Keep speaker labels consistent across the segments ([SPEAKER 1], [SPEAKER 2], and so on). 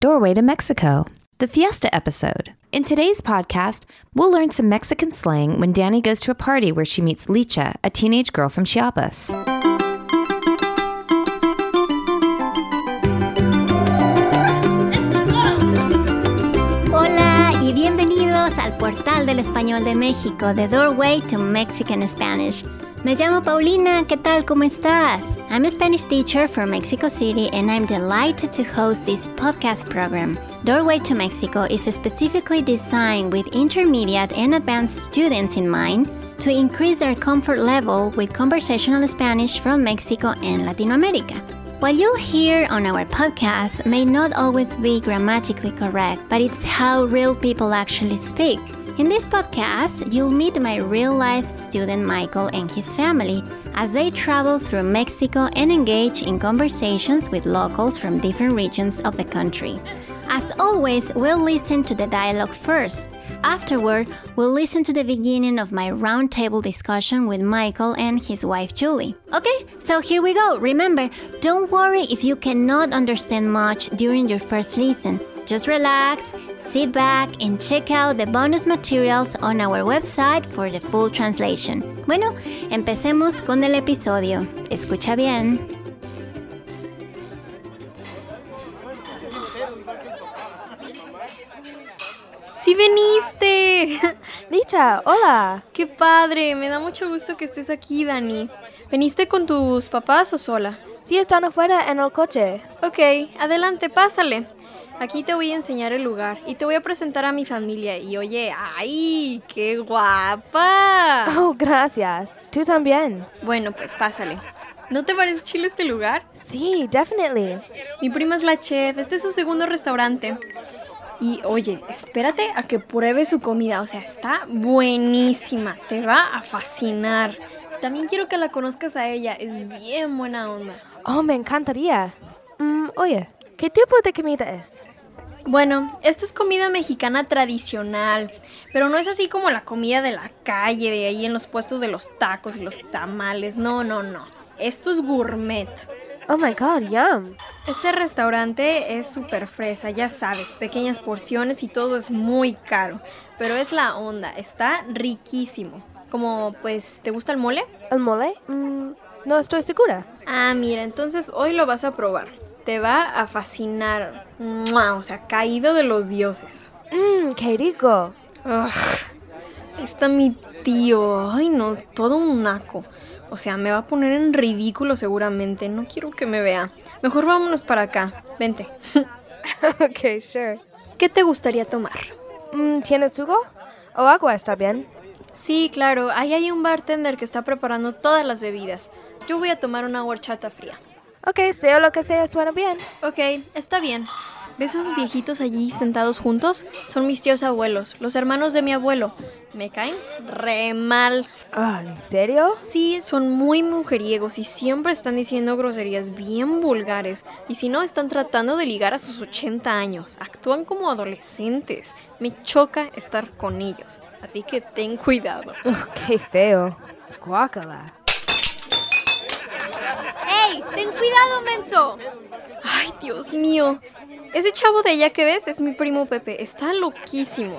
[SPEAKER 1] Doorway to Mexico, the Fiesta episode. In today's podcast, we'll learn some Mexican slang when Danny goes to a party where she meets Licha, a teenage girl from Chiapas.
[SPEAKER 2] Hola y bienvenidos al portal del español de México, The Doorway to Mexican Spanish. Me llamo Paulina, ¿qué tal? ¿Cómo estás? I'm a Spanish teacher from Mexico City and I'm delighted to host this podcast program. Doorway to Mexico is specifically designed with intermediate and advanced students in mind to increase their comfort level with conversational Spanish from Mexico and Latin America. What you hear on our podcast may not always be grammatically correct, but it's how real people actually speak. In this podcast, you'll meet my real life student Michael and his family as they travel through Mexico and engage in conversations with locals from different regions of the country. As always, we'll listen to the dialogue first. Afterward, we'll listen to the beginning of my roundtable discussion with Michael and his wife Julie. Okay, so here we go. Remember, don't worry if you cannot understand much during your first listen. Just relax, sit back, and check out the bonus materials on our website for the full translation. Bueno, empecemos con el episodio. Escucha bien.
[SPEAKER 3] ¡Sí viniste!
[SPEAKER 4] Licha, hola.
[SPEAKER 3] ¡Qué padre! Me da mucho gusto que estés aquí, Dani. ¿Veniste con tus papás o sola?
[SPEAKER 4] Sí están afuera en el coche.
[SPEAKER 3] Ok, adelante, pásale. Aquí te voy a enseñar el lugar y te voy a presentar a mi familia. Y oye, ¡ay! ¡Qué guapa!
[SPEAKER 4] Oh, gracias. Tú también.
[SPEAKER 3] Bueno, pues pásale. ¿No te parece chilo este lugar?
[SPEAKER 4] Sí, definitely.
[SPEAKER 3] Mi prima es la chef, este es su segundo restaurante. Y oye, espérate a que pruebe su comida, o sea, está buenísima, te va a fascinar. También quiero que la conozcas a ella, es bien buena onda.
[SPEAKER 4] Oh, me encantaría. Mm, oye, ¿qué tipo de comida es?
[SPEAKER 3] Bueno, esto es comida mexicana tradicional, pero no es así como la comida de la calle, de ahí en los puestos de los tacos y los tamales, no, no, no. Esto es gourmet.
[SPEAKER 4] Oh my god, yum.
[SPEAKER 3] Este restaurante es súper fresa, ya sabes, pequeñas porciones y todo es muy caro, pero es la onda, está riquísimo. Como, pues, ¿te gusta el mole?
[SPEAKER 4] ¿El mole? Mm, no estoy segura.
[SPEAKER 3] Ah, mira, entonces hoy lo vas a probar. Te va a fascinar. ¡Mua! O sea, caído de los dioses.
[SPEAKER 4] Mmm, qué rico.
[SPEAKER 3] Ugh, está mi tío. Ay, no, todo un naco. O sea, me va a poner en ridículo seguramente. No quiero que me vea. Mejor vámonos para acá. Vente.
[SPEAKER 4] ok, sure.
[SPEAKER 3] ¿Qué te gustaría tomar?
[SPEAKER 4] Mm, ¿Tienes jugo? ¿O agua está bien?
[SPEAKER 3] Sí, claro. Ahí hay un bartender que está preparando todas las bebidas. Yo voy a tomar una horchata fría.
[SPEAKER 4] Ok, sea lo que sea, suena bien.
[SPEAKER 3] Ok, está bien. ¿Ves esos viejitos allí sentados juntos? Son mis tíos abuelos, los hermanos de mi abuelo. Me caen re mal.
[SPEAKER 4] Ah, ¿en serio?
[SPEAKER 3] Sí, son muy mujeriegos y siempre están diciendo groserías bien vulgares. Y si no, están tratando de ligar a sus 80 años. Actúan como adolescentes. Me choca estar con ellos. Así que ten cuidado.
[SPEAKER 4] Ugh, qué feo. Guácala.
[SPEAKER 3] ¡Ey! ¡Ten cuidado, menso! Ay, Dios mío. Ese chavo de allá que ves es mi primo Pepe. Está loquísimo.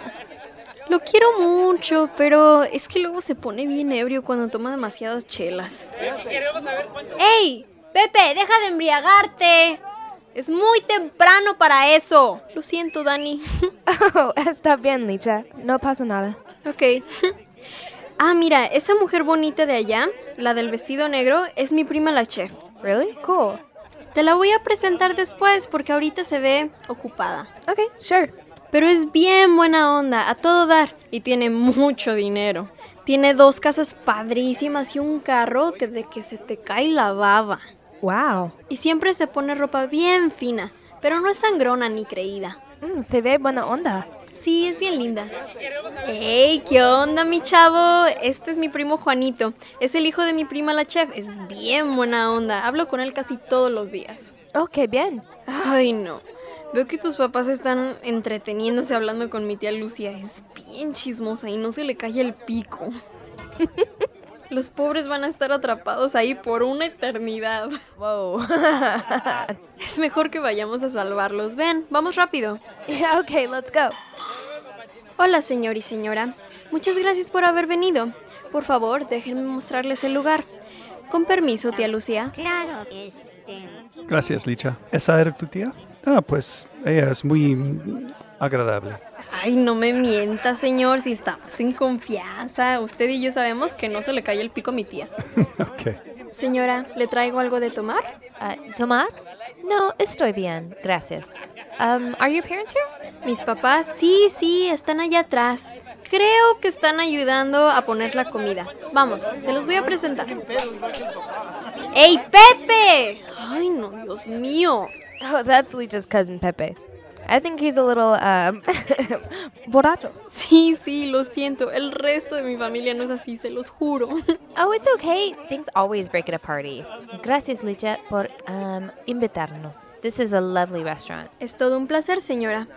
[SPEAKER 3] Lo quiero mucho, pero es que luego se pone bien ebrio cuando toma demasiadas chelas. ¡Ey! Pepe, deja de embriagarte. Es muy temprano para eso. Lo siento, Dani.
[SPEAKER 4] Oh, está bien, Licha. No pasa nada.
[SPEAKER 3] ok. ah, mira, esa mujer bonita de allá, la del vestido negro, es mi prima la chef.
[SPEAKER 4] Really? Cool.
[SPEAKER 3] Te la voy a presentar después porque ahorita se ve ocupada.
[SPEAKER 4] Ok, sure.
[SPEAKER 3] Pero es bien buena onda, a todo dar. Y tiene mucho dinero. Tiene dos casas padrísimas y un carro que de que se te cae la baba.
[SPEAKER 4] Wow.
[SPEAKER 3] Y siempre se pone ropa bien fina, pero no es sangrona ni creída.
[SPEAKER 4] Mm, se ve buena onda.
[SPEAKER 3] Sí, es bien linda. ¡Ey! ¿Qué onda, mi chavo? Este es mi primo Juanito. Es el hijo de mi prima la chef. Es bien buena onda. Hablo con él casi todos los días.
[SPEAKER 4] Oh, qué bien.
[SPEAKER 3] Ay, no. Veo que tus papás están entreteniéndose hablando con mi tía Lucia. Es bien chismosa y no se le cae el pico. Los pobres van a estar atrapados ahí por una eternidad.
[SPEAKER 4] Wow.
[SPEAKER 3] Es mejor que vayamos a salvarlos. Ven, vamos rápido.
[SPEAKER 4] yeah, okay, let's go.
[SPEAKER 3] Hola, señor y señora. Muchas gracias por haber venido. Por favor, déjenme mostrarles el lugar. Con permiso, tía Lucía.
[SPEAKER 5] Claro, este.
[SPEAKER 6] Gracias, Licha. ¿Esa era tu tía? Ah, pues ella es muy mm, agradable.
[SPEAKER 3] Ay, no me mienta, señor, si estamos en confianza. Usted y yo sabemos que no se le cae el pico a mi tía.
[SPEAKER 6] ok.
[SPEAKER 3] Señora, ¿le traigo algo de tomar?
[SPEAKER 1] Uh, Tomar? No, estoy bien. Gracias. Um, are your parents here?
[SPEAKER 3] Mis papás, sí, sí, están allá atrás. Creo que están ayudando a poner la comida. Vamos, se los voy a presentar. ¡Ey, Pepe! Ay, no, Dios mío.
[SPEAKER 4] Oh, that's Licha's cousin Pepe. I think he's a little um borracho.
[SPEAKER 3] Sí, sí, lo siento. El resto de mi familia no es así, se los juro.
[SPEAKER 1] Oh, it's okay. Things always break at a party. Gracias, Licha, por um, invitarnos. This is a lovely restaurant.
[SPEAKER 3] Es todo un placer, señora.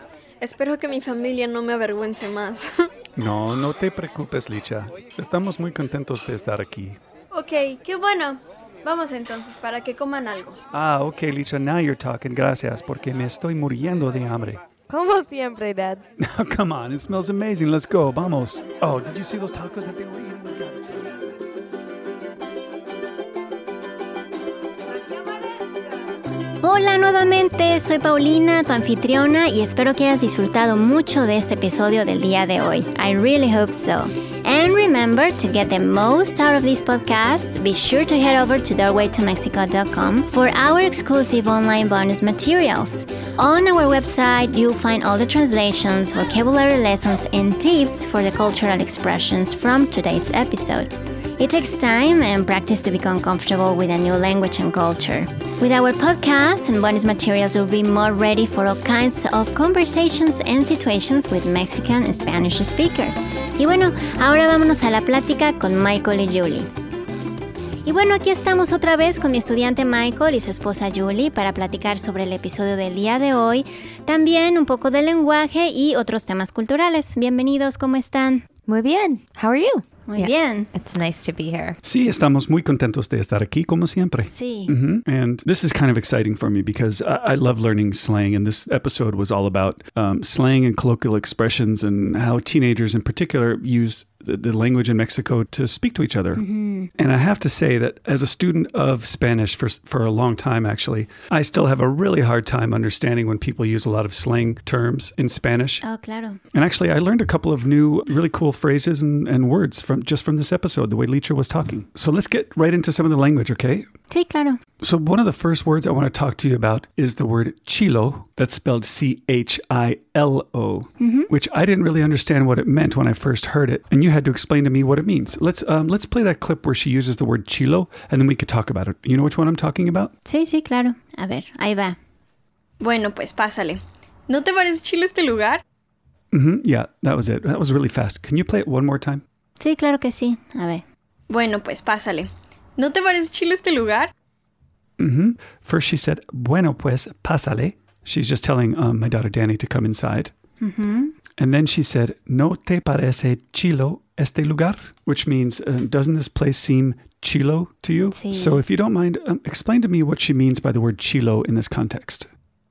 [SPEAKER 3] Espero que mi familia no me avergüence más.
[SPEAKER 6] No, no te preocupes, Licha. Estamos muy contentos de estar aquí.
[SPEAKER 3] ok, qué bueno. Vamos entonces para que coman algo.
[SPEAKER 6] Ah, ok, Licha, now you're talking. Gracias, porque me estoy muriendo de hambre.
[SPEAKER 4] Como siempre, Dad.
[SPEAKER 6] Now, Oh, come on, it smells amazing. Let's go, vamos. Oh, did you see those tacos that they were eating?
[SPEAKER 2] Hola nuevamente, soy Paulina, tu anfitriona, y espero que hayas disfrutado mucho de este episodio del día de hoy. I really hope so. And remember, to get the most out of these podcasts, be sure to head over to doorwaytomexico.com for our exclusive online bonus materials. On our website, you'll find all the translations, vocabulary lessons, and tips for the cultural expressions from today's episode. It takes time and practice to become comfortable with a new language and culture. With our podcast and bonus materials, you'll be more ready for all kinds of conversations and situations with Mexican and Spanish speakers. Y bueno, ahora vámonos a la plática con Michael y Julie. Y bueno, aquí estamos otra vez con mi estudiante Michael y su esposa Julie para platicar sobre el episodio del día de hoy, también un poco del lenguaje y otros temas culturales. Bienvenidos, ¿cómo están?
[SPEAKER 1] Muy bien. How are you?
[SPEAKER 2] Muy bien.
[SPEAKER 1] It's nice to be here.
[SPEAKER 6] Sí, estamos muy contentos de estar aquí, como siempre.
[SPEAKER 2] Sí.
[SPEAKER 6] hmm And this is kind of exciting for me because I, I love learning slang, and this episode was all about um, slang and colloquial expressions and how teenagers, in particular, use the, the language in Mexico to speak to each other. And I have to say that as a student of Spanish for s- for a long time, actually, I still have a really hard time understanding when people use a lot of slang terms in Spanish.
[SPEAKER 2] Oh, claro.
[SPEAKER 6] And actually, I learned a couple of new, really cool phrases and, and words from just from this episode, the way Licha was talking. So let's get right into some of the language, okay?
[SPEAKER 2] Sí, claro.
[SPEAKER 6] So, one of the first words I want to talk to you about is the word chilo. That's spelled C H I L O, which I didn't really understand what it meant when I first heard it, and you had to explain to me what it means. Let's um, let's play that clip where she uses the word chilo, and then we could talk about it. You know which one I'm talking about?
[SPEAKER 2] Sí, sí, claro. A ver, ahí va.
[SPEAKER 3] Bueno, pues pásale. ¿No te parece chile este lugar?
[SPEAKER 6] hmm Yeah, that was it. That was really fast. Can you play it one more time?
[SPEAKER 2] Sí, claro que sí. A ver.
[SPEAKER 3] Bueno, pues pásale. ¿No te parece chile este lugar?
[SPEAKER 6] hmm First, she said "Bueno pues, pásale." She's just telling um, my daughter Danny to come inside. And then she said, No te parece chilo este lugar? Which means, um, doesn't this place seem chilo to you?
[SPEAKER 2] Sí.
[SPEAKER 6] So if you don't mind, um, explain to me what she means by the word chilo in this context.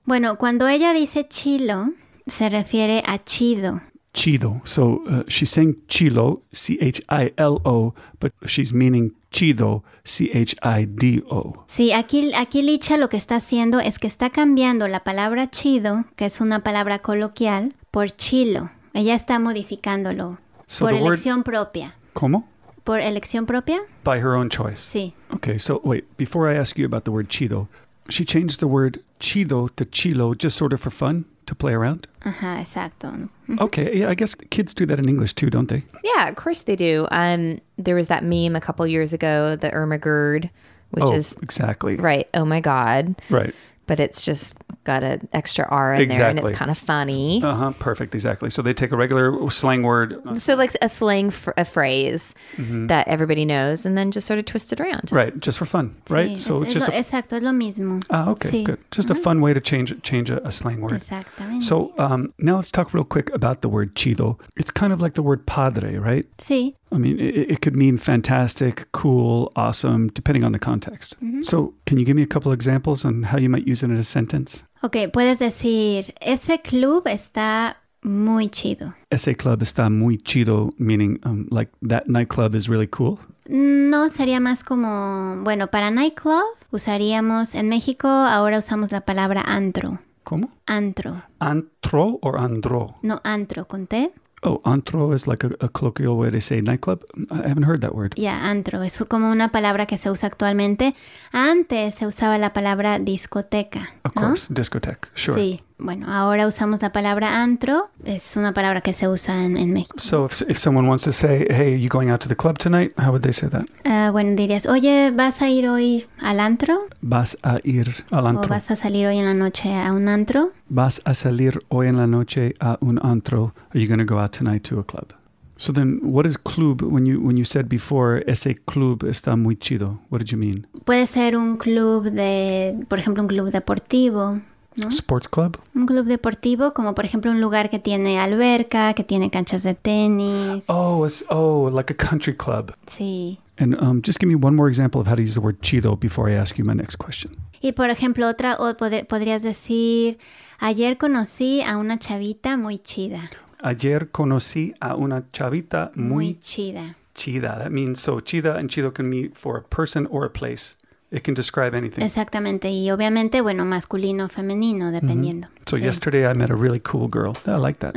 [SPEAKER 2] Bueno, cuando ella dice chilo, se refiere a chido.
[SPEAKER 6] Chido. So uh, she's saying chilo, C H I L O, but she's meaning chido, C H I D O.
[SPEAKER 2] Sí, aquí, aquí Licha lo que está haciendo es que está cambiando la palabra chido, que es una palabra coloquial, por chilo. Ella está modificándolo
[SPEAKER 6] So
[SPEAKER 2] por
[SPEAKER 6] the word-
[SPEAKER 2] elección propia.
[SPEAKER 6] Como?
[SPEAKER 2] ¿Por elección propia?
[SPEAKER 6] By her own choice.
[SPEAKER 2] Sí.
[SPEAKER 6] Okay, so wait, before I ask you about the word chido, she changed the word chido to chilo just sort of for fun to play around?
[SPEAKER 2] Ajá, exacto.
[SPEAKER 1] Mm-hmm.
[SPEAKER 6] Okay, yeah, I guess kids do that in English too, don't they?
[SPEAKER 1] Yeah, of course they do. Um, there was that meme a couple years ago, the Irma Gerd, which
[SPEAKER 6] oh,
[SPEAKER 1] is
[SPEAKER 6] exactly
[SPEAKER 1] right. Oh my God.
[SPEAKER 6] right.
[SPEAKER 1] But it's just got an extra R in there and
[SPEAKER 6] Exactly.
[SPEAKER 1] it's kind of funny.
[SPEAKER 6] Uh huh. Perfect. Exactly. So they take a regular slang word.
[SPEAKER 1] So, like a slang, fr- a phrase that everybody knows and then just sort of twisted around.
[SPEAKER 6] Right, just for fun, right?
[SPEAKER 2] Sí,
[SPEAKER 6] so
[SPEAKER 2] es-
[SPEAKER 6] it's
[SPEAKER 2] es
[SPEAKER 6] just
[SPEAKER 2] lo-
[SPEAKER 6] a,
[SPEAKER 2] exacto, es lo mismo.
[SPEAKER 6] ah, okay,
[SPEAKER 2] sí.
[SPEAKER 6] good. Just
[SPEAKER 1] uh-huh.
[SPEAKER 6] a fun way to change change a, a slang word.
[SPEAKER 2] Exactamente.
[SPEAKER 6] So um, now let's talk real quick about the word chido. It's kind of like the word padre, right?
[SPEAKER 2] sí,
[SPEAKER 6] I mean, it, it could mean fantastic, cool, awesome, depending on the context.
[SPEAKER 2] Mm-hmm.
[SPEAKER 6] So, can you give me a couple examples on how you might use it in a sentence?
[SPEAKER 2] Ok, puedes decir, ese club está muy chido.
[SPEAKER 6] Ese club está muy chido, meaning um, like that nightclub is really cool.
[SPEAKER 2] No, sería más como, bueno, para nightclub usaríamos, en México ahora usamos la palabra antro.
[SPEAKER 6] ¿Cómo?
[SPEAKER 2] Antro,
[SPEAKER 6] Antro or andro?
[SPEAKER 2] no antro, con T.
[SPEAKER 6] Oh, antro is like a, a colloquial way to say nightclub. I haven't heard that word.
[SPEAKER 2] Ya, antro, es como una palabra que se usa actualmente. Antes se usaba la palabra discoteca.
[SPEAKER 6] Of
[SPEAKER 2] ¿no?
[SPEAKER 6] course, discotheque. Sure.
[SPEAKER 2] Sí, bueno, ahora usamos la palabra antro, es una palabra que se usa en, en México.
[SPEAKER 6] So if, if someone wants to say, hey, you going out to the club tonight? How would they say that?
[SPEAKER 2] Ah, bueno, dirías, oye, ¿vas a ir hoy al antro?
[SPEAKER 6] Vas a ir al
[SPEAKER 2] ¿O
[SPEAKER 6] antro.
[SPEAKER 2] Oh, vas a salir hoy en la noche a un antro?
[SPEAKER 6] Vas a salir hoy en la noche a un antro. Are you going to go out tonight to a club? So then, what is club? When you when you said before, ese club está muy chido. What did you mean?
[SPEAKER 2] Puede ser un club de, por ejemplo, un club deportivo. ¿no?
[SPEAKER 6] Sports club?
[SPEAKER 2] Un club deportivo como por ejemplo un lugar que tiene alberca, que tiene canchas de tenis.
[SPEAKER 6] Oh, it's oh like a country club.
[SPEAKER 2] Sí.
[SPEAKER 6] And um, just give me one more example of how to use the word chido before I ask you my next question.
[SPEAKER 2] Y por ejemplo otra, o pod- podrías decir, ayer conocí a una chavita muy chida.
[SPEAKER 6] Ayer conocí a una chavita
[SPEAKER 2] Muy
[SPEAKER 6] muy
[SPEAKER 2] chida.
[SPEAKER 6] chida. That means so chida and chido can mean for a person or a place. It can describe anything.
[SPEAKER 2] Exactamente. Y obviamente, bueno, masculino o femenino, dependiendo.
[SPEAKER 6] So
[SPEAKER 2] Sí.
[SPEAKER 6] yesterday I met a really cool girl. I like that.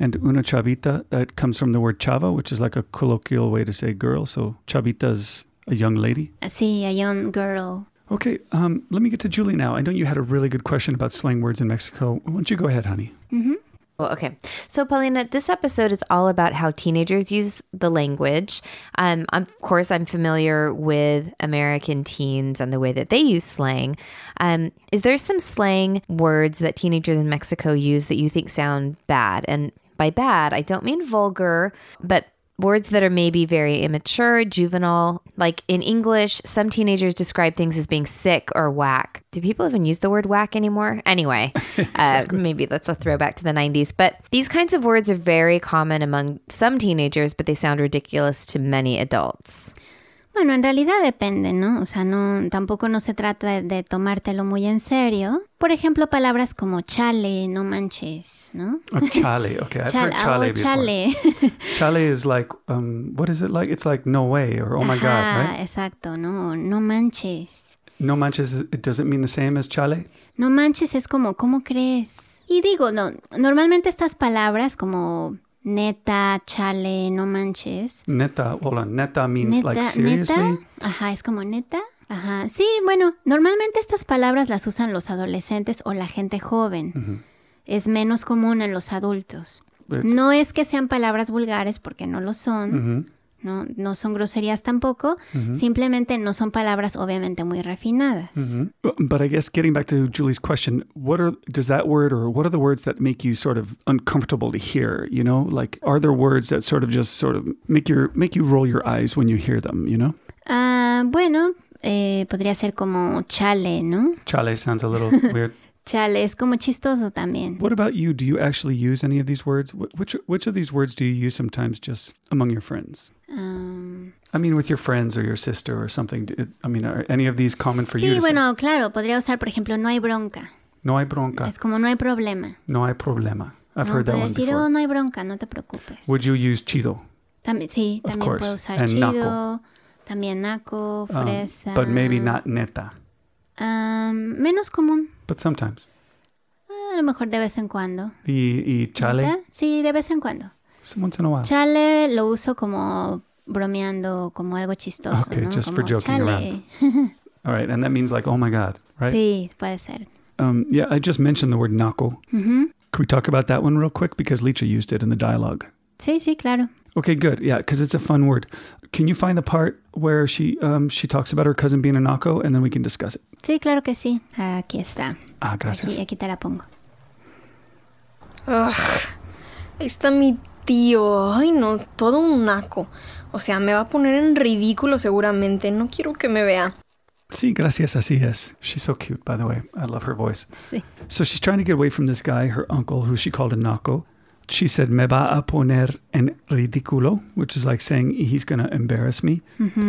[SPEAKER 6] And una chavita, that comes from the word chava, which is like a colloquial way to say girl. So chavita is a young lady.
[SPEAKER 2] Sí, a young girl.
[SPEAKER 6] Okay, um, let me get to Julie now. I know you had a really good question about slang words in Mexico. Why don't you go ahead, honey?
[SPEAKER 1] Well, okay. So, Paulina, this episode is all about how teenagers use the language. Um, of course, I'm familiar with American teens and the way that they use slang. Um, is there some slang words that teenagers in Mexico use that you think sound bad? And by bad, I don't mean vulgar, but words that are maybe very immature, juvenile. Like in English, some teenagers describe things as being sick or whack. Do people even use the word whack anymore? Anyway, uh, maybe that's a throwback to the 90s. But these kinds of words are very common among some teenagers, but they sound ridiculous to many adults.
[SPEAKER 2] Bueno, en realidad depende, ¿no? O sea, no, tampoco no se trata de, de tomártelo muy en serio. Por ejemplo, palabras como chale, no manches, ¿no?
[SPEAKER 6] Oh, chale. Okay, I've
[SPEAKER 2] Chal- oh,
[SPEAKER 6] heard chale before.
[SPEAKER 2] chale.
[SPEAKER 6] Chale is like, um, what is it like? It's like no way or oh my god,
[SPEAKER 2] Ajá,
[SPEAKER 6] right?
[SPEAKER 2] exacto, no, no manches.
[SPEAKER 6] No manches, it doesn't mean the same as chale.
[SPEAKER 2] No manches es como, ¿cómo crees? Y digo, no, normalmente estas palabras como neta, chale, no manches.
[SPEAKER 6] Neta, hold on. Neta means
[SPEAKER 2] Neta,
[SPEAKER 6] like seriously.
[SPEAKER 2] neta. Ajá, es como neta. Ajá. Sí, bueno, normalmente estas palabras las usan los adolescentes o la gente joven. Es menos común en los adultos.
[SPEAKER 6] It's-
[SPEAKER 2] No es que sean palabras vulgares porque no lo son.
[SPEAKER 6] Mhm.
[SPEAKER 2] No, no son groserías tampoco, simplemente no son palabras obviamente muy refinadas.
[SPEAKER 6] Mhm. But I guess getting back to Julie's question, what are does that word or what are the words that make you sort of uncomfortable to hear? You know, like are there words that sort of just sort of make your make you roll your eyes when you hear them? You know,
[SPEAKER 2] Ah, bueno, eh, podría ser como chale, ¿no?
[SPEAKER 6] chale sounds a little weird.
[SPEAKER 2] Chale es como chistoso también.
[SPEAKER 6] What about you? Do you actually use any of these words? Wh- Which which of these words do you use sometimes just among your friends?
[SPEAKER 2] Ah,
[SPEAKER 6] I mean, with your friends or your sister or something. Do- I mean, are any of these common for you?
[SPEAKER 2] sí,
[SPEAKER 6] to say?
[SPEAKER 2] bueno, claro, podría usar, por ejemplo, no hay bronca.
[SPEAKER 6] No hay bronca.
[SPEAKER 2] Es como no hay problema.
[SPEAKER 6] No hay problema. I've
[SPEAKER 2] ¿no?
[SPEAKER 6] heard that
[SPEAKER 2] Podría
[SPEAKER 6] one
[SPEAKER 2] decir,
[SPEAKER 6] before.
[SPEAKER 2] oh, no hay bronca, no te preocupes.
[SPEAKER 6] Would you use chido?
[SPEAKER 2] También, sí,
[SPEAKER 6] Of
[SPEAKER 2] también puedo
[SPEAKER 6] course,
[SPEAKER 2] usar
[SPEAKER 6] and
[SPEAKER 2] chido,
[SPEAKER 6] naco.
[SPEAKER 2] también naco,
[SPEAKER 6] Um,
[SPEAKER 2] fresa.
[SPEAKER 6] but maybe not neta.
[SPEAKER 2] Ah, menos común,
[SPEAKER 6] But sometimes.
[SPEAKER 2] Ah, a lo mejor de vez en cuando.
[SPEAKER 6] Y, y chale,
[SPEAKER 2] ¿Neta? Sí, de vez en cuando.
[SPEAKER 6] so once in a while.
[SPEAKER 2] Chale lo uso como bromeando, como algo chistoso.
[SPEAKER 6] Okay,
[SPEAKER 2] ¿no?
[SPEAKER 6] just
[SPEAKER 2] Como
[SPEAKER 6] for joking around, All right, and that means like, oh my God, right?
[SPEAKER 2] Sí, puede ser.
[SPEAKER 6] Um, yeah, I just mentioned the word knuckle.
[SPEAKER 2] Ujú.
[SPEAKER 6] Could we talk about that one real quick? Because Licha used it in the dialogue.
[SPEAKER 2] Sí, sí, claro.
[SPEAKER 6] Okay, good. Yeah, because it's a fun word. Can you find the part where she um, she talks about her cousin being a knocko, and then we can discuss it?
[SPEAKER 2] Sí, claro que sí. Aquí está.
[SPEAKER 6] Ah, gracias.
[SPEAKER 2] Aquí, aquí te la pongo.
[SPEAKER 3] Ugh, ahí está mi tío. Ay, no, todo un naco. O sea, me va a poner en ridículo seguramente. No quiero que me vea.
[SPEAKER 6] Sí, gracias, así es. She's so cute, by the way. I love her voice.
[SPEAKER 2] Sí.
[SPEAKER 6] So she's trying to get away from this guy, her uncle, who she called a knocko. she said, me va a poner en ridículo, which is like saying, he's going to embarrass me. And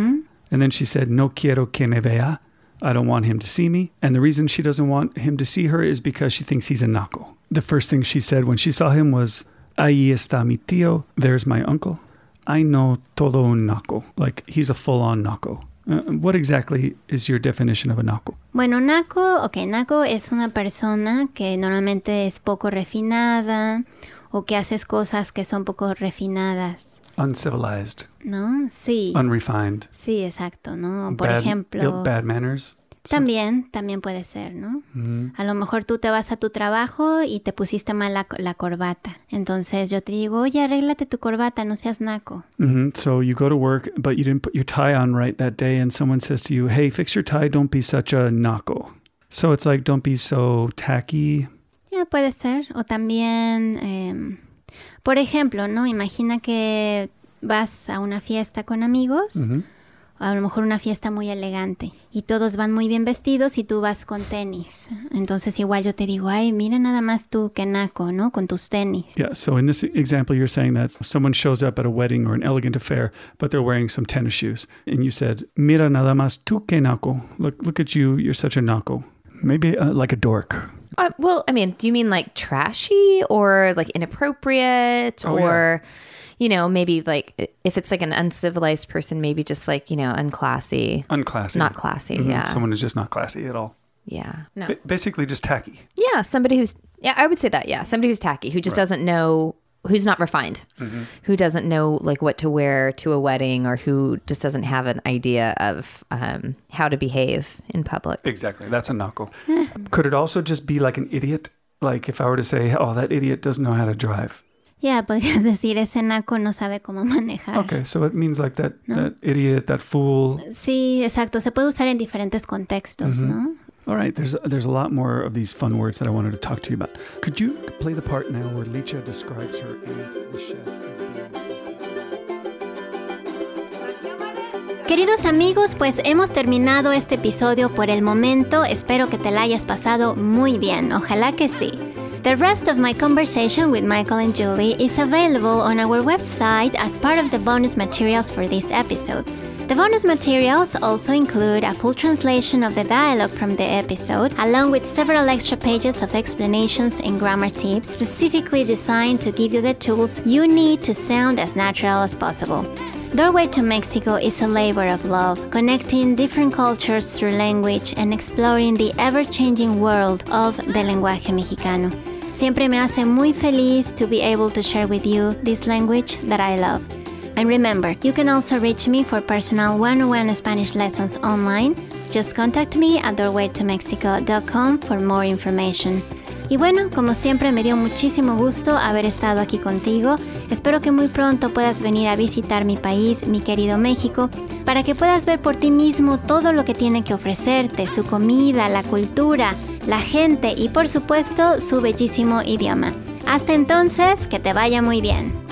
[SPEAKER 6] then she said, no quiero que me vea. I don't want him to see me. And the reason she doesn't want him to see her is because she thinks he's a naco. The first thing she said when she saw him was, ahí está mi tío. There's my uncle. I know todo un naco. Like, he's a full on naco. Uh, what exactly is your definition of a naco?
[SPEAKER 2] Bueno, Naco, ok, Naco es una persona que normalmente es poco refinada o que haces cosas que son poco refinadas,
[SPEAKER 6] Uncivilized,
[SPEAKER 2] ¿no? Sí,
[SPEAKER 6] unrefined,
[SPEAKER 2] sí, exacto, ¿no? Por
[SPEAKER 6] Ah, bad,
[SPEAKER 2] ejemplo,
[SPEAKER 6] ill- bad manners.
[SPEAKER 2] también, también puede ser, ¿no?
[SPEAKER 6] Mm.
[SPEAKER 2] A lo mejor tú te vas a tu trabajo y te pusiste mal la, la corbata. Entonces yo te digo, oye, arréglate tu corbata, no seas Naco.
[SPEAKER 6] hmm So you go to work, but you didn't put your tie on right that day, and someone says to you, "Hey, fix your tie. Don't be such a knuckle." So it's like, don't be so tacky.
[SPEAKER 2] Ya puede ser. O también, em, por ejemplo, ¿no? Imagina que vas a una fiesta con amigos, a lo mejor una fiesta muy elegante, y todos van muy bien vestidos y tú vas con tenis. Entonces igual yo te digo, ay, mira nada más tú que naco, ¿no? Con tus tenis.
[SPEAKER 6] Yeah. So in this example, you're saying that someone shows up at a wedding or an elegant affair, but they're wearing some tennis shoes, and you said, "Mira nada más tú que knuckle. Look, look at you. You're such a knuckle. Maybe uh, like a dork."
[SPEAKER 1] Uh, well, I mean, do you mean like trashy or like inappropriate
[SPEAKER 6] Oh, yeah.
[SPEAKER 1] or, you know, maybe like if it's like an uncivilized person, maybe just like, you know, unclassy,
[SPEAKER 6] Unclassy.
[SPEAKER 1] not classy.
[SPEAKER 6] Mhm.
[SPEAKER 1] Yeah.
[SPEAKER 6] Someone is just not classy at all.
[SPEAKER 1] yeah. No.
[SPEAKER 6] Ba- basically, just tacky.
[SPEAKER 1] Yeah. Somebody who's, yeah, I would say that. Yeah. Somebody who's tacky, who just doesn't know, who's not refined, who doesn't know like what to wear to a wedding or who just doesn't have an idea of um, how to behave in public.
[SPEAKER 6] Exactly. That's a knuckle. Could it also just be like an idiot? Like if I were to say, oh, that idiot doesn't know how to drive.
[SPEAKER 2] Ya podrías decir, ese naco no sabe cómo manejar.
[SPEAKER 6] Okay, so it means like that that idiot, that fool.
[SPEAKER 2] Sí, exacto. Se puede usar en diferentes contextos, ¿no?
[SPEAKER 6] All right, there's there's a lot more of these fun words that I wanted to talk to you about. Could you play the part now where Licha describes her aunt, the chef, as being
[SPEAKER 2] Queridos amigos, pues hemos terminado este episodio por el momento. Espero que te la hayas pasado muy bien. Ojalá que sí. The rest of my conversation with Michael and Julie is available on our website as part of the bonus materials for this episode. The bonus materials also include a full translation of the dialogue from the episode, along with several extra pages of explanations and grammar tips specifically designed to give you the tools you need to sound as natural as possible. Doorway to Mexico is a labor of love, connecting different cultures through language and exploring the ever changing world of the lenguaje mexicano. Siempre me hace muy feliz to be able to share with you this language that I love. And remember, you can also reach me for personal one on one Spanish lessons online. Just contact me at doorwaytomexico.com for more information. Y bueno, como siempre me dio muchísimo gusto haber estado aquí contigo. Espero que muy pronto puedas venir a visitar mi país, mi querido México, para que puedas ver por ti mismo todo lo que tiene que ofrecerte, su comida, la cultura, la gente y por supuesto su bellísimo idioma. Hasta entonces, que te vaya muy bien.